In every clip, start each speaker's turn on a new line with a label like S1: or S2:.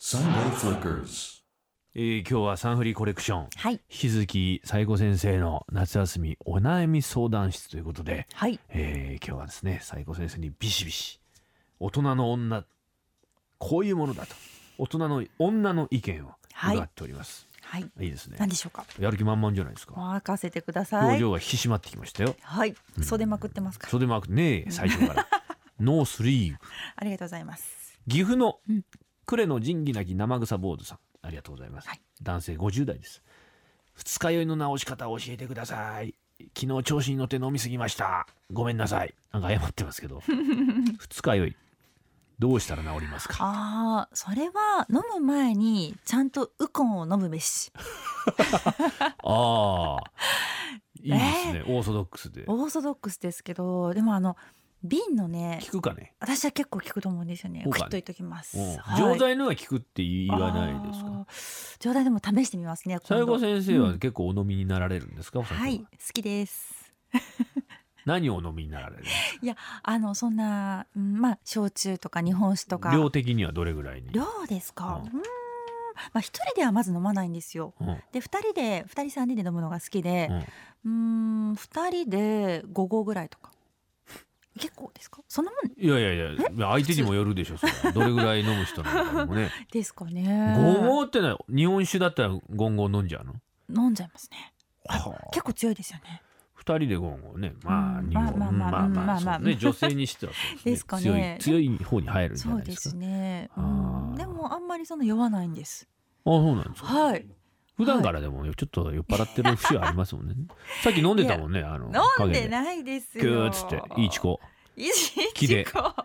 S1: Sunday Flickers.
S2: えー今日はサンフリーコレクション
S3: はい。
S2: 引き続き西郷先生の夏休みお悩み相談室ということで、
S3: はい。
S2: えー今日はですね西郷先生にビシビシ大人の女こういうものだと大人の女の意見を伺っております、
S3: はい。
S2: い、いですね
S3: 何でしょうか。
S2: やる気満々じゃないですか
S3: 任せてくださ
S2: 表
S3: い。
S2: 情が引き締まってきましたよ、
S3: はい。袖まくってますか。
S2: それでもねえ最初から ノースリーブ
S3: ありがとうございます。
S2: 岐阜の
S3: うん
S2: 呉の仁義なき生草坊主さんありがとうございます、
S3: はい
S2: 男性50代です二日酔いの直し方を教えてください昨日調子に乗って飲みすぎましたごめんなさいなんか謝ってます けど二日酔いどうしたら治りますか
S3: ああ、それは飲む前にちゃんとウコンを飲むべ し。
S2: ああいいですね、オーソドックスで
S3: オーソドックスですけど、でもあの瓶のね、
S2: 聞くかね、
S3: 私は結構効くと思うんですよね。
S2: そう
S3: グ
S2: かね
S3: ッといっときます。
S2: うん
S3: はい
S2: 錠剤のは聞くって言わないですか
S3: あー錠剤でも試してみますね。
S2: 西
S3: 今
S2: 郷
S3: 度
S2: 先生は結構お飲みになられるんですか、お酒は
S3: はい、好きです。
S2: 何をお飲みになられるんです
S3: いや、あのそんな、うんまあ焼酎とか日本酒と
S2: か
S3: か。
S2: 量的にはどれぐらいに、
S3: 量ですか。
S2: う
S3: うんーん。まあ一人ではまず飲まないんですよ。
S2: うん
S3: で二人で二人三人で飲むのが好きで
S2: う、ん
S3: うーん二人で五合ぐらいとか。結構ですか？そんなもん
S2: いやいやいや、相手にもよるでしょ、それはどれぐらい飲む人なのかも ね。
S3: ですかね。
S2: ゴンゴってのは日本酒だったらゴンゴ飲んじゃうの
S3: 飲んじゃいますね。
S2: はあ
S3: 結構強いですよね。
S2: 二人でゴンゴね。まあ、
S3: うん
S2: 日本、
S3: まあまあまあ
S2: うんまあ
S3: まあまあ
S2: そうね、女性にしてはそう
S3: ですかね
S2: 強い、強い方に入るんじゃ
S3: そ
S2: な
S3: う
S2: いで
S3: です
S2: か。
S3: すね。う
S2: あ
S3: ん
S2: ー
S3: でもあんまりその酔わないんです。
S2: あ、そうなんですか。
S3: はい。
S2: 普段からでもねちょっと酔っ払ってる節はありますもんね。さっき飲んでたもんね、あの、
S3: 飲んで
S2: い。
S3: ないです
S2: ぐー
S3: よ。
S2: っつって、いいチ。コ。
S3: い
S2: 木で
S3: ちこ。好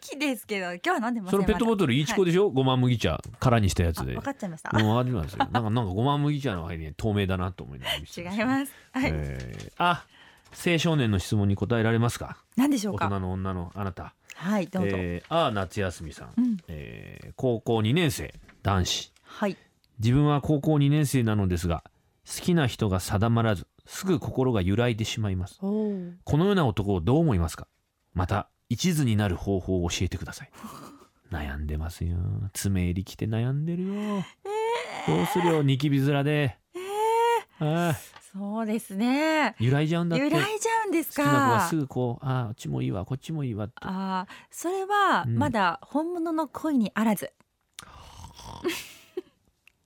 S3: きですけど今日は飲んでませ
S2: そ
S3: ん。
S2: のペットボトルいいチコでしょ、ごま麦茶、空にしたやつ
S3: まだ
S2: で。
S3: あ分かっちゃいました。
S2: うん、ありますよ。なんか、なんかごま麦茶の間に透明だなと思いながら見て
S3: 違
S2: ました
S3: います。はい。
S2: えーあ青少年の質問に答えられますか
S3: 何でしょう
S2: 大
S3: か。
S2: 人の女のあなた、
S3: はい、どうぞ。
S2: えーあー夏休みさん、
S3: うん、
S2: えー高校2年生男子
S3: はい。
S2: 自分は高校2年生なのですが好きな人が定まらずすぐ心が揺らいでしまいます
S3: おお。
S2: このような男をどう思いますかまた一途になる方法を教えてください悩んでますよ爪襟着て悩んでるよ、どうするよニキビ面で、ああ
S3: そうですね。
S2: 揺らいじゃうんだっ
S3: 揺
S2: て
S3: らいじゃうんです
S2: 好きな子は
S3: か
S2: す。ぐこうあああっちもいいわこっちもいいわって
S3: ああ、それは
S2: うん
S3: まだ本物の恋にあらず。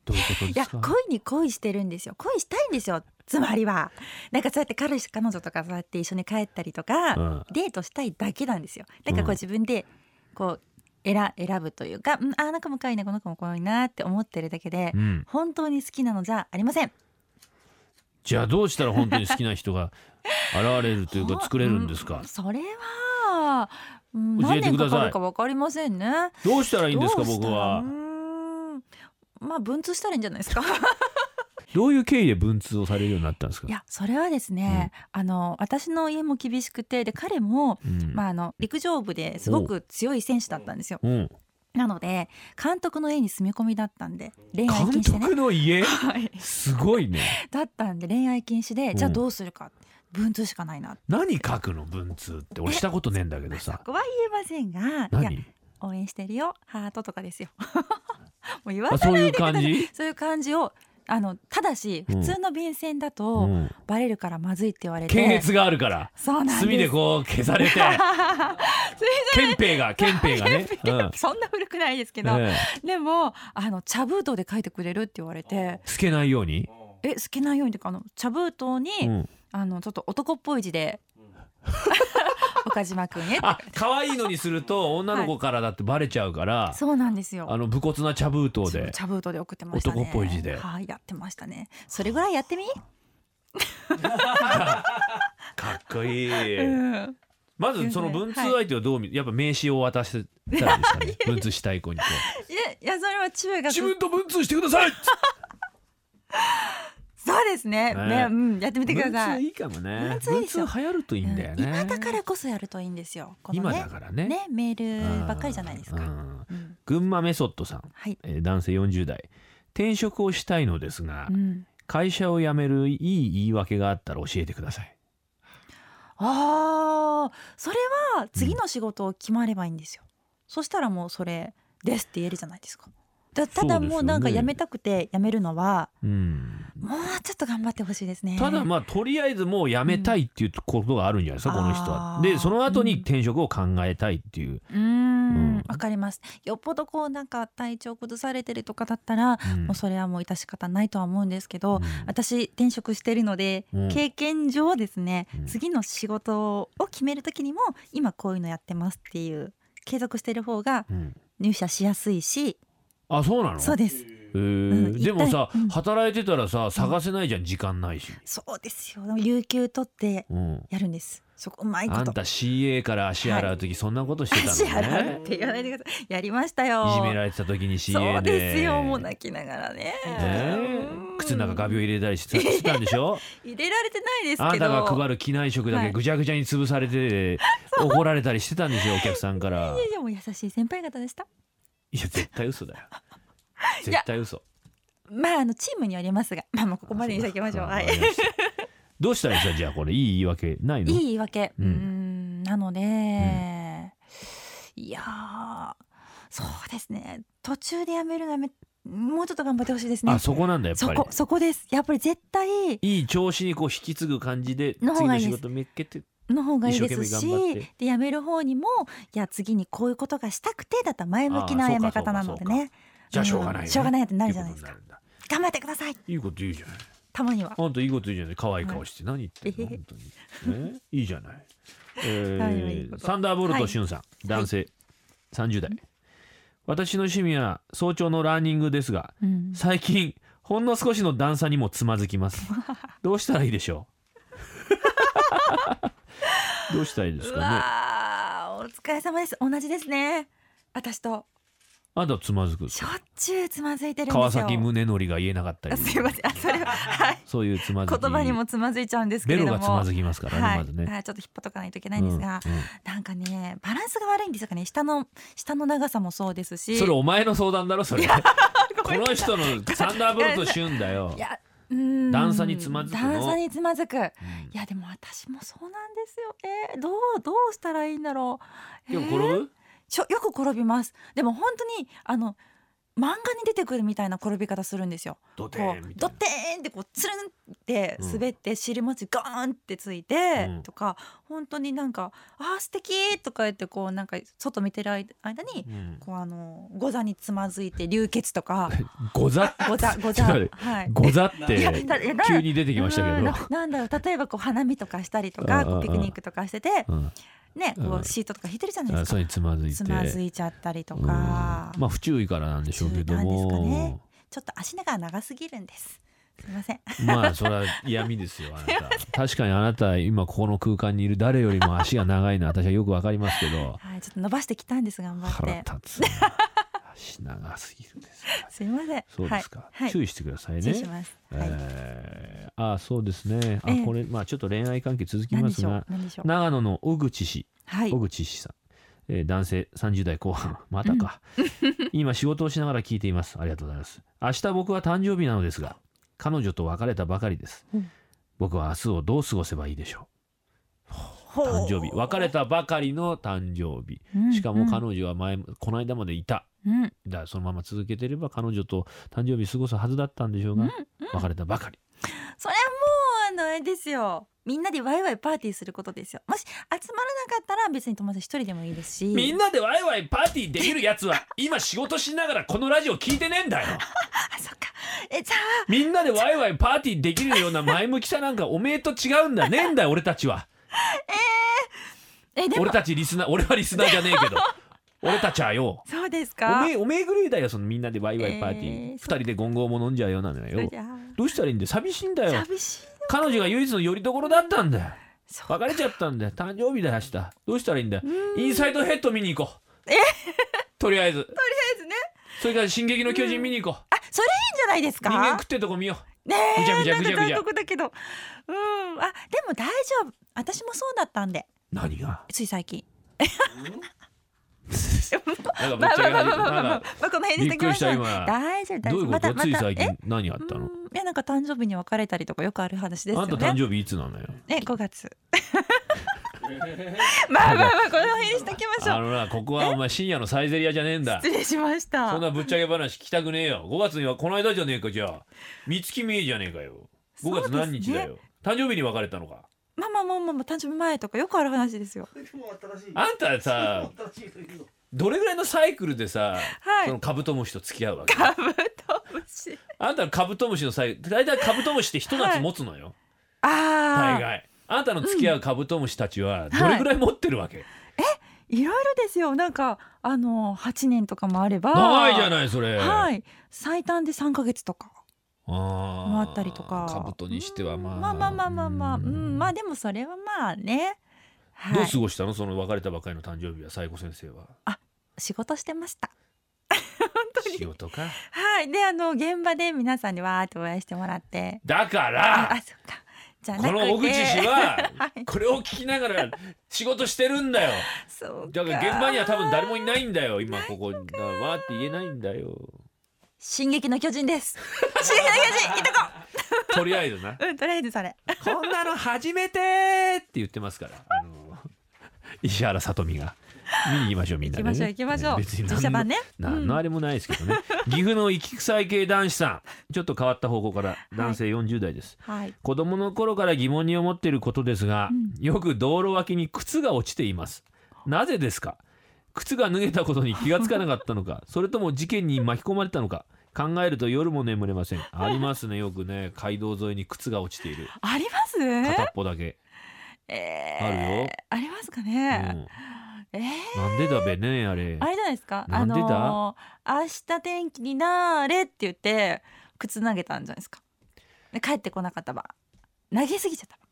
S2: どういうこと
S3: い
S2: で
S3: や、
S2: すか
S3: 恋に恋してるんですよ。恋したいんですよ。つまりは、なんかそうやって彼氏彼女とかそうやって一緒に帰ったりとか、
S2: うん
S3: デートしたいだけなんですよ。なんかこ
S2: うん
S3: う自分でこう選選ぶというか、うん、ああなんかも可愛いなこの子も可愛いなって思ってるだけで、
S2: うん、
S3: 本当に好きなのじゃありません。
S2: じゃあどうしたら本当に好きな人が現れるというか作れるんですか
S3: うそれは、うん、
S2: 教え
S3: 何
S2: て
S3: 年
S2: ください
S3: かかるかわかりませんね。
S2: どうしたらいいんですか
S3: どうし
S2: 僕
S3: たら
S2: は
S3: うーんまあ文通したらいいんじゃないですか。
S2: どういう経緯で文通をされるようになったんですか
S3: いやそれはですね、あの私の家も厳しくてで彼も、
S2: うん
S3: まあ、あの陸上部ですごく強い選手だったんですよ。
S2: うん、
S3: なので監督の家に住み込みだったんで恋愛禁
S2: 監
S3: 止でね
S2: 督。の家
S3: はい、
S2: すごいね
S3: だったんで恋愛禁止で、
S2: うん
S3: じゃあどうするか文通しかないな
S2: 何書くの文通って俺したことねえんだけど
S3: そ
S2: さ
S3: こは言えませんがいや
S2: 何
S3: 応援してるよハートとかで すよもう言わ
S2: あ
S3: さ
S2: そう
S3: ない
S2: いう
S3: でく
S2: 感
S3: ださい
S2: じ、
S3: そういう感じをあのただし
S2: うん
S3: 普通の便箋だ
S2: う
S3: と
S2: ん、
S3: バレるからまずいって言われて、
S2: 検閲があるから
S3: そうなんです
S2: 墨でこう消されて 憲兵が憲兵が ね、うん
S3: そんな古くないですけど、
S2: ええ
S3: でもあの茶封筒で書いてくれるって言われて
S2: 透けないように、
S3: え好きなようにとかあの茶封筒に、
S2: うん、
S3: あのちょっと男っぽい字で岡島君へって
S2: あ可愛いのにすると女の子からだってバレちゃうから、
S3: そうなんですよ
S2: あの武骨な茶封筒
S3: そう
S2: で
S3: 茶封筒で送ってましたね
S2: 男っぽい字で
S3: はいやってましたねそれぐらいやってみ、
S2: かっこいい、
S3: うん
S2: まずその文通相手をどう見、やっぱ名刺を渡してたらいいですかね 文通したい子にこう
S3: いやいやそれは中学
S2: 自分と文通してくださ い
S3: そうですね
S2: ね
S3: ねうん、やってみてくださ
S2: 文通
S3: い
S2: いいかもね
S3: 文通いいですよ
S2: 文通流行るといいんだよね、
S3: うん今だからこそやるといいんですよこの
S2: 今
S3: ね
S2: だからね
S3: ねメールばっかりじゃないです
S2: う
S3: か、
S2: ん
S3: うん、
S2: 群馬メソッドさん、
S3: はい、
S2: えー男性40代転職をしたいのですが、
S3: うん、
S2: 会社を辞めるいい言い訳があったら教えてください
S3: あーそれは次の仕事を決まればいいんですよ、そしたらもうそれですって言えるじゃないですか。だた
S2: そ
S3: だ
S2: うです
S3: も
S2: よ
S3: う
S2: ね
S3: なんかやめたくてやめるのは、
S2: うん、
S3: もうちょっと頑張ってほしいですね。
S2: ただまあとりあえずもう辞めたいっていうことがあるんじゃないですか、
S3: うん
S2: この人は
S3: あ。ー
S2: でその後に
S3: うん
S2: 転職を考えたいっていう。
S3: うーん
S2: うん
S3: わかります。よっぽどこうなんか体調崩されてるとかだったら、
S2: うん
S3: もうそれはもう致し方ないとは思うんですけど、
S2: うん
S3: 私転職してるので、
S2: うん
S3: 経験上ですね、
S2: うん
S3: 次の仕事を決める時にも今こういうのやってますっていう継続してる方が
S2: うん
S3: 入社しやすいし、
S2: あそうなの
S3: そうです
S2: へー
S3: うん一体
S2: でもさ、
S3: うん
S2: 働いてたらさ探せないじゃん時間ないし。
S3: そうですよ有給取って
S2: うん
S3: やるんですそこうまいこ
S2: あん
S3: と
S2: た CA から足洗う時そんなことしてた
S3: 足
S2: のね、
S3: 払うって言わないでくださいやりましたよ
S2: いじめられてた時に CA で
S3: そうですよもう泣きながらね
S2: ねえ
S3: うん
S2: 靴の中ガビを入れたりしてたしてたんでし ょ
S3: 入れられてないです
S2: あ
S3: け
S2: ん
S3: ど
S2: たが配る機内食だ
S3: は
S2: け
S3: い
S2: ぐちゃぐちゃに潰され て怒られたりしてたんですよお客さんから
S3: いやいやもう優しい先輩方でした
S2: いや絶対嘘だよ
S3: いや
S2: 絶対嘘
S3: まああのチームによりますがまあまあここまでにしておきましょう
S2: あ
S3: はい
S2: わかりましたどうしたらいいですかじゃあこれいい言い訳ないの
S3: いい言い訳、
S2: う
S3: うんーん、なので、いやーそうですね途中でやめるのやめもうちょっと頑張ってほしいですね
S2: あそこなんだやっ
S3: そ
S2: ぱり
S3: こそこですやっぱり絶対
S2: いい調子にこう引き継ぐ感じで次
S3: の方が
S2: の
S3: いい
S2: 仕
S3: です
S2: 事見っけて
S3: の方がいいです
S2: 一生
S3: し
S2: 懸命頑張って
S3: でやめる方にもいや次にこういうことがしたくてだったら前向き
S2: あ
S3: な
S2: ー
S3: やめ方なのでね
S2: じゃあしょうがないよね
S3: んしょうがないってな
S2: って
S3: る
S2: いう
S3: じ
S2: ことにな
S3: ゃないですか
S2: るんだ
S3: 頑張ってください
S2: いいこと言うじゃない
S3: たまには
S2: あんたいいこと言うじゃない可愛い顔して何言ってんの
S3: はい
S2: 本当にねいいじゃ ない
S3: はいはいい
S2: え
S3: いこ
S2: ー
S3: と
S2: サンダーボルトしゅんさん男性30代私の趣味は早朝のランニングですが
S3: うん
S2: 最近ほんの少しの段差にもつまずきますどうしたらいいでしょ うどうしたらいいです
S3: う
S2: かね
S3: わーお疲れ様です同じですね私と
S2: あんたつまずくんです
S3: しょ
S2: か
S3: っちゅうつまずいてるんですよ
S2: 川崎宗則が言えなか ったり
S3: あすいませんあそれは、はい、
S2: そういうつまずき
S3: 言葉にもつまずいちゃうんですけ
S2: ベ
S3: れ
S2: ロ
S3: ども
S2: がつまずきますからね、
S3: はい
S2: まずね、
S3: はい、ちょっと引っ張っとかないといけないんですが、
S2: うんうん
S3: なんかねバランスが悪いんですかね下の下の長さもそうですし
S2: それお前の相談だろそれこの人のサンダーボルトしゅんだよ
S3: いやうーん
S2: 段差につまずくの
S3: 段差につまずくい
S2: うん
S3: やでも私もそうなんですよえーどうどうしたらいいんだろう
S2: 今日
S3: えー
S2: 転ぶ
S3: ちょよく転びますでも本当にあの漫画に出てくるみたいな転び方するんですよ
S2: ドテ
S3: こ
S2: ンみ
S3: う
S2: た
S3: ド
S2: い
S3: ッテーンってこうつるんって滑って尻餅ガーンってついて
S2: うん
S3: とか、本当になんか「あー素敵とか言ってこうなんか外見てる間間に
S2: なうん
S3: こうあのご座につまずいて流血 とか
S2: ござ
S3: ご座ご
S2: ちょ
S3: 座
S2: っと待って
S3: はい。
S2: ござっ
S3: いや
S2: て
S3: だいやだ
S2: 急に出てきました
S3: う
S2: け
S3: ん
S2: ど
S3: ななんだろう例えばこう花見とかしたりと
S2: う
S3: か
S2: んうんうん
S3: こうピクニックとかしてて
S2: うん
S3: ね
S2: う
S3: こ
S2: ん
S3: うシートとか引いてるじゃないで
S2: あ
S3: す
S2: そ
S3: か
S2: れにつまずいて
S3: つまずいちゃったりと
S2: うんま
S3: か
S2: あ不注意からなんでしょうけど
S3: 不注意なん
S2: も
S3: ちょっと足長が長すぎるんですすいません
S2: まあそれは嫌味ですよあな た確かにあなた今ここの空間にいる誰よりも足が長いのは私はよくわかりますけど
S3: はいちょっと伸ばしてきたんです頑張っ
S2: 腹
S3: て
S2: 立つな足長すぎるですね
S3: すいません。
S2: そうですか、
S3: はい。
S2: 注
S3: はい
S2: 意してくださいね
S3: 注意します。はい。
S2: えーあーそうですねあ
S3: ええ
S2: これまあちょっと恋愛関係続き
S3: 何
S2: ま
S3: ですしょう
S2: が。
S3: 何でしょう。
S2: 長野の小口氏
S3: はい
S2: 小。口氏さん、えー男性30代後半 またか、 今仕事をしながら聞いていますありがとうございます明日僕は誕生日なのですが彼女と別れたばかりです、
S3: うん
S2: 僕は明日をどう過ごせばいいでしょ
S3: ほ
S2: う
S3: う
S2: 誕生日別れたばかりの誕生日しかも彼女は前、この間までいた
S3: うんうん
S2: だからそのまま続けてれば彼女と誕生日過ごすはずだったんでしょうが、別れたばかり
S3: それはもうあのあれですよ。みんなでワイワイパーティーすることですよ。もし集まらなかったら別に友達一人でもいいですし。
S2: みんなでワイワイパーティーできるやつは今仕事しながらこのラジオ聞いてねえんだよ
S3: あそっか。えじゃ
S2: みんなでワイワイパーティーできるような前向きさなんかおめえと違うんだねえんだよ俺たちは
S3: あえでも
S2: 俺たちリスナー俺はリスナーじゃねえけど俺たちはよ
S3: そうです
S2: お
S3: か
S2: め。えおめえぐらいだよそのみんなでワイワイパーティー、
S3: えー
S2: 二人でゴンゴーも飲んじゃうようなのよ
S3: そりゃ
S2: どうしたらいいんだよ寂しいんだよ
S3: 寂しい。
S2: 彼女が唯一の拠り所だったんだよ
S3: そう
S2: 別れちゃったんだよ誕生日だよ明日どうしたらいいんだよインサイドヘッド見に行こうとりあえず
S3: ですね。
S2: それから「進撃の巨人」見に行こう、
S3: あそれいいんじゃないですか。
S2: 人間食ってるとこ見よ
S3: ね
S2: ぐちゃぐ
S3: え
S2: ちゃ
S3: なん
S2: ぐちゃぐち
S3: か残
S2: ゃ
S3: 酷だけど。うん。あでも大丈夫。私もそうだったんで。
S2: う何が
S3: つい最近。
S2: な んかぶ
S3: ま
S2: っ
S3: あ
S2: ち
S3: ま
S2: ゃ
S3: あ
S2: け
S3: まあ
S2: 始めた
S3: まあまあま
S2: なん
S3: あ
S2: か、
S3: まあ、この辺にしときましょう。
S2: びっくりした今
S3: 大丈夫大
S2: どういう
S3: 丈夫。
S2: こ
S3: ま
S2: と
S3: たま
S2: つい
S3: た
S2: 最近
S3: え。
S2: 何あっ
S3: う
S2: たの
S3: んいやなんか誕生日に別れたりとかよくある話です
S2: あ
S3: よ
S2: んた誕
S3: ね。
S2: 生日いつなのよ
S3: ね5月。まあまあまあこの辺にしときまし
S2: あ
S3: ょう
S2: のなここはお前深夜のサイゼリアじゃねえんだ
S3: 失礼しまし
S2: そ
S3: た
S2: んなぶっちゃけ話聞きたくねえよ5月にはこの間じゃねえかじゃあ三月見えじゃねえかよ5月何日だ
S3: そうですね
S2: よ、誕生日に別れたのか
S3: まあまあまあまあまあ誕生日前とかよくある話ですよ
S2: あんた さどれぐらいのサイクルでさ、
S3: はい
S2: そのカブトムシと付き合うわけ
S3: カブトムシ
S2: あんたのカブトムシのサイクル大体カブトムシって一夏持つのよ、大
S3: ああ
S2: 概あんたの付き合うカブトムシたちは
S3: うん
S2: どれぐらい持ってるわけ、
S3: いろいろですよなんかあの8年とかもあれば
S2: 長いじゃないそれ、
S3: はい最短で3ヶ月とかも
S2: あ
S3: あ
S2: ー
S3: ったりとか
S2: カブトにしてはまあ、
S3: うんまあまあまあまあまあうんまあでもそれはまあねはい
S2: どう過ごしたのその別れたばかりの誕生日は西郷先生は
S3: 仕事してました
S2: 仕事か
S3: はいであの現場で皆さんにわーって応援してもらって
S2: だか
S3: あ
S2: ら
S3: あそっかじゃなく
S2: こ
S3: て
S2: の小口氏は
S3: はい
S2: これを聞きながら仕事してるんだよ
S3: そう
S2: だ
S3: か
S2: から現場には多分誰もいないんだよ今ここだからわーって言えないんだよ
S3: 進撃の巨 人です進撃の巨人いとこ
S2: とりあえずな
S3: うんとりあえずそれ
S2: こんなの初めてーって言ってますから。あの石原さとみが見に行きましょうみんなで、ね、
S3: 行きましょう行きましょう
S2: 別に
S3: 実
S2: 何の,、
S3: 写版ね
S2: 何のあれもないですけど ね、岐阜の行き臭い系男子さんちょっと変わった方向から男性40代です、
S3: はい
S2: 子供の頃から疑問に思っていることですが、
S3: う
S2: よく道路脇に靴が落ちていますなぜですか靴が脱げたことに気がつかなかったの かそれとも事件に巻き込まれたのか考えると夜も眠れま せんありますねよくね街道沿いに靴が落ちている
S3: あります
S2: 片っぽだけ、
S3: え
S2: あるよ
S3: ありますかね、え
S2: うん、
S3: ー
S2: なんでだべねあれ
S3: あれじゃないですか
S2: な
S3: あ
S2: んでだ
S3: のー明日天気になーれって言って靴投げたんじゃないですかで帰ってこなかったば投げすぎちゃったば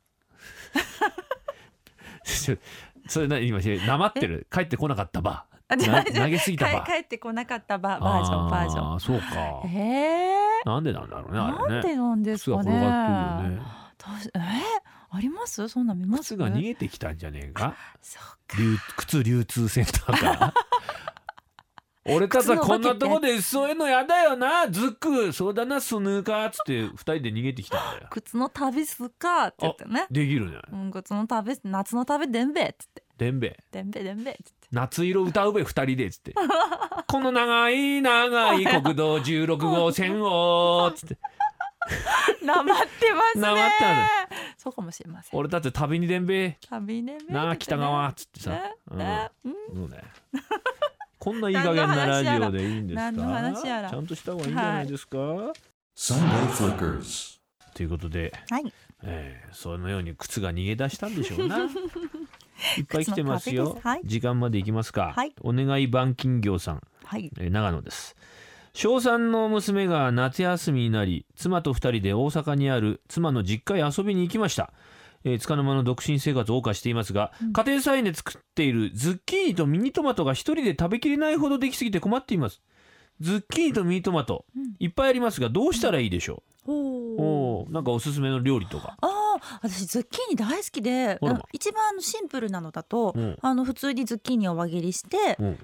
S2: ちょ それ何今なまってる帰ってこなかったば
S3: あ違う
S2: な
S3: 違う
S2: 投げすぎたば
S3: 帰帰ってこなかったばバージョンバージョ
S2: あ
S3: ン
S2: ーそうか
S3: え
S2: なんでなんだろう
S3: ー、
S2: ねあれ
S3: なん
S2: ね
S3: でなんです
S2: 靴が
S3: かね
S2: 転がってるよね
S3: どうしえー、ありますそんなん見ます
S2: 靴が逃げてきたんじゃねえか
S3: そうか
S2: 流靴流通センターから 俺たちは
S3: 靴の
S2: こ
S3: バ
S2: ん
S3: ケット
S2: なとこでそういうのやだよなズックそうだなスヌーカーっつって二人で逃げてきたんだよ
S3: 靴の旅すかって言ってね
S2: できるね
S3: うん、靴の旅夏の旅でんべえっつって
S2: でんべえ
S3: でんべえでんべえっつって
S2: 夏色歌うべ二人でっ つってこの長い長い国道16号線をっつって
S3: なまってますね。
S2: なまったの
S3: そうかもしれません。
S2: 俺たち旅にでんべ
S3: 旅ね。
S2: えなあ北川っつってさ
S3: ね。
S2: うん
S3: ねうん
S2: そうね こんないい加減なラジオでいいんですか
S3: 何の話やら何の話やら
S2: ちゃんとした方がいいんじゃないですか、
S1: Sunday Flickers.
S2: ということで
S3: はい。
S2: えー、そのように靴が逃げ出したんでしょうな。 いっぱい来てます
S3: 靴の
S2: よ
S3: 壁です。はい
S2: 時間まで行きますか。
S3: はい
S2: お願い板金業さん、
S3: はい。
S2: えー長野です。小三の娘が夏休みになり、妻と二人で大阪にある妻の実家へ遊びに行きました。えー、束の間の独身生活を謳歌していますが、家庭菜園で作っているズッキーニとミニトマトが一人で食べきれないほどできすぎて困っています。ズッキーニとミニトマト、
S3: うん
S2: いっぱいありますが、どうしたらいいでしょう。
S3: おお。
S2: おおー、なんかおすすめの料理とか。
S3: ああ、私ズッキーニ大好きで、
S2: ほら
S3: あの一番あのシンプルなのだと
S2: うん、
S3: あの普通にズッキーニを輪切りして、
S2: うん、
S3: で、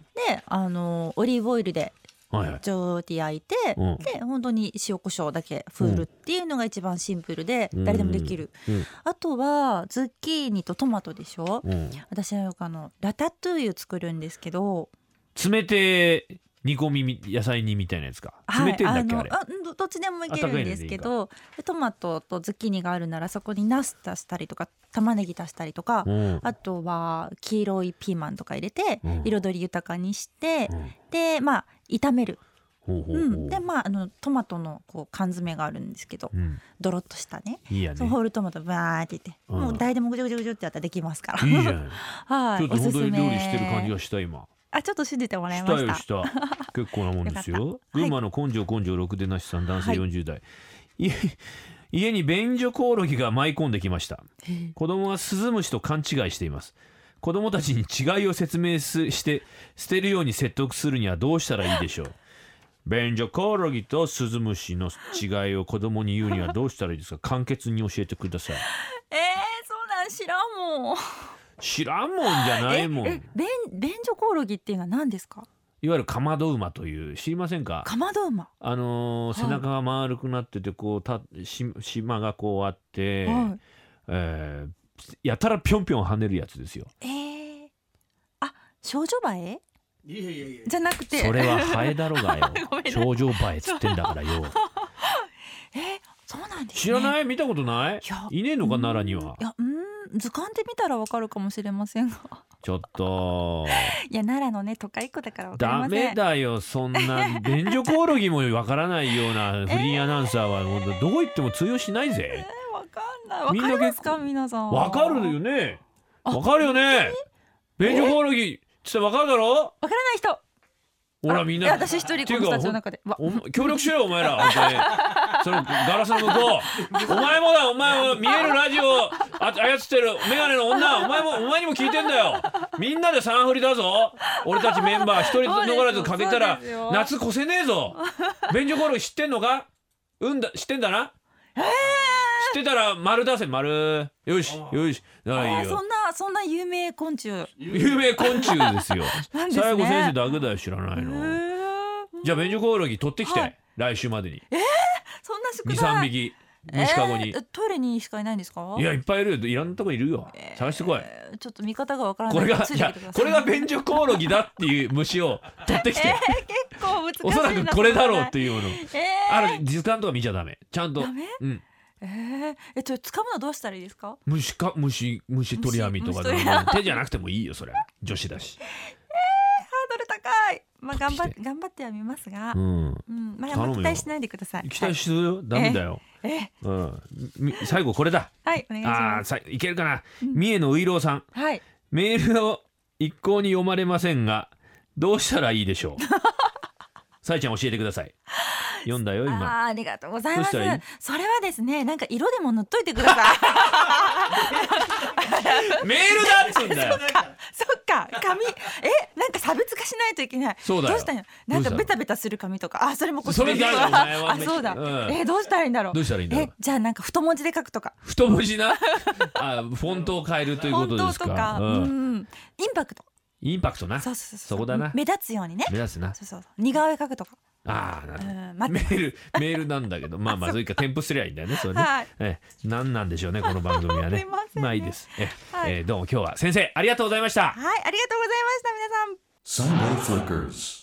S3: あのオリーブオイルで
S2: はいはい。
S3: ちょーって焼いて、
S2: うん
S3: で本当に塩コショウだけ振るっていうのが一番シンプルで、誰でもできる。
S2: うん
S3: あとはズッキーニとトマトでしょ。
S2: うん
S3: 私はよくあのラタトゥイユ作るんですけど、
S2: 詰めて煮込みみ野菜煮みたいなやつか詰めてんだっけ、
S3: の
S2: あれ
S3: うんどどっちでもいけるんですけどでトマトとズッキーニがあるならそこにナス足したりとか玉ねぎ足したりとか、
S2: うん
S3: あとは黄色いピーマンとか入れて、
S2: うん
S3: 彩り豊かにして、
S2: うん
S3: でまあ炒める、
S2: ほうほ
S3: う
S2: うほ
S3: ん、
S2: う
S3: でまああのトマトのこう缶詰があるんですけど、
S2: うん
S3: ドロッとしたね
S2: いいや
S3: そう
S2: ね
S3: ホールトマトバーっていって、
S2: うん
S3: もう誰でもぐじゅぐじゅぐじゅってやったらできますから
S2: いいじゃん
S3: は
S2: ちょ
S3: い
S2: っと
S3: おす
S2: 本
S3: す
S2: 当
S3: め
S2: に料理してる感じがした今
S3: あちょっと信じてもらい
S2: し
S3: まし
S2: た
S3: た
S2: よした結構なもんですよ
S3: よかった
S2: 群馬の根性根性ろくでなしさん男性
S3: はい
S2: 40代、い、家に便所コオロギが舞い込んできました子供はスズムシと勘違いしています子供たちに違いを説明すして捨てるように説得するにはどうしたらいいでしょ う便所コオロギとスズムシの違いを子供に言うにはどうしたらいいですか簡潔に教えてください
S3: えー、そうなん知らんもん
S2: 知らんもんじゃないもんい
S3: ええ便便所コオロギっていうのは何ですか
S2: わゆるかまど馬という知りませんか
S3: かまど馬、
S2: あのー
S3: はい
S2: 背中が丸くなっててこうたし島がこうあって、
S3: はい
S2: えーやたらぴょんぴょん跳ねるやつですよ
S3: えー、あ少女バエ
S4: いやいやいや
S3: じゃなくて
S2: それはハエだろがよ
S3: ごめんな
S2: 頂上映えっつってんだからよ
S3: えー、そうなんですね
S2: 知ら
S3: い
S2: ない見たことない
S3: や
S2: いねえのか奈良には
S3: うんいやうん図鑑で見たらわかるかもしれませんが
S2: ちょっと
S3: いや奈良のね都会っ子だからわかり
S2: ダ
S3: ませ
S2: メ
S3: ん
S2: だよそんな便所コオロギもわからないようなフリーアナウンサーは本当どこ行っても通用しない ぜ
S3: えーわかんないわ
S2: みん
S3: か
S2: な
S3: りま
S2: 結
S3: す
S2: 構
S3: か皆さん
S2: わかるよね
S3: あ
S2: わかるよね便所コオロギつってわかるだろ
S3: わからない人
S2: ほらみん
S3: いや
S2: な
S3: 私一人
S2: ていうか
S3: このスタジオの中でわ
S2: お前協力しろよお前ら本当にそのガラスの 向こうお前もだお前も見えるラジオをあ操ってるメガネの女お前もお前にも聞いてんだよみんなで三振りだぞ俺たちメンバー一人残らずかけた
S3: そう
S2: ら
S3: ですよ
S2: 夏越せねえぞ便所コール知ってんのかうんだ知ってんだな知ってたら丸出せ丸よしよしだからいい
S3: あーそ
S2: よ
S3: んなそんな有名昆虫なん
S2: 有名昆虫です よ
S3: ですね
S2: 最後先生だけだよ知らないの
S3: へー
S2: じゃあ便所コオロギ取ってきて、
S3: はい
S2: 来週までに
S3: そんな宿
S2: 二
S3: 題
S2: 三匹虫かごに、
S3: えートイレにしかいないんですか
S2: いやいっぱいいるよいろんなとこいるよ探してこい、
S3: えーちょっと見方がわからない
S2: これが
S3: つ
S2: い
S3: て
S2: や
S3: きてくださ
S2: これが便所コオロギだっていう虫を取ってき て、
S3: 結構難しいな
S2: おそらくこれだろうっていうもの
S3: えー
S2: ある時間とか見ちゃダメちゃんと
S3: ダメ
S2: うん
S3: えーえっと掴むのどうしたらいいですか
S2: 虫か虫虫取り網とかでも
S3: 虫取り網
S2: 手じゃなくてもいいよそれ女子だし
S3: ハードル高いまあ頑張
S2: 取
S3: っ
S2: って
S3: 頑張ってはみますが
S2: う、ん
S3: うん、まあ、あ
S2: 頼むよ
S3: んま期待しないでください
S2: 期待するよダメだよ、
S3: はい、 え
S2: うんみ最後これだ
S3: ーはいお願いし
S2: あ
S3: ま
S2: ー
S3: す
S2: さいけるかな、三重のういろうさん
S3: はい
S2: メールを一向に読まれませんがどうしたらいいでしょう さえちゃん教えてください読んだよ今
S3: あーありがとうございます
S2: どうしたらいい
S3: それはですねなんか色でも塗っといてください
S2: メールだっつうんだよ
S3: そっか紙えなんか差別化しないといけない
S2: そうだよ
S3: どうしたんやな
S2: どう
S3: んか
S2: したの
S3: ベタベタする紙とかあそれもこっち
S2: それだよお前は
S3: あそうだ、
S2: うん
S3: えーどうしたらいいんだろう
S2: どうしたらいいんだろう
S3: えじゃあなんか太文字で書くとか
S2: 太文字なあフォントを変えるというこ
S3: 本
S2: と
S3: 当
S2: ですか
S3: とか、
S2: う
S3: うん
S2: ん、
S3: インパクト
S2: インパクトな
S3: そうそうそ
S2: そ
S3: う
S2: こだな
S3: 目立つようにね
S2: 目立つな
S3: そうそうそう似顔絵描くとか、
S2: ああなる
S3: う
S2: ほど
S3: ん、待
S2: メ
S3: って
S2: ールメールなんだけどまあまあそれか添付すりゃいいんだよねそれね、
S3: はい
S2: ええ、何なんでしょうねこの番組は
S3: わかり
S2: ね
S3: ませんね
S2: あいいです、ええ
S3: はい
S2: えーどうも今日は先生ありがとうございました
S3: はいありがとうございました皆さん
S1: Sunday Flickers.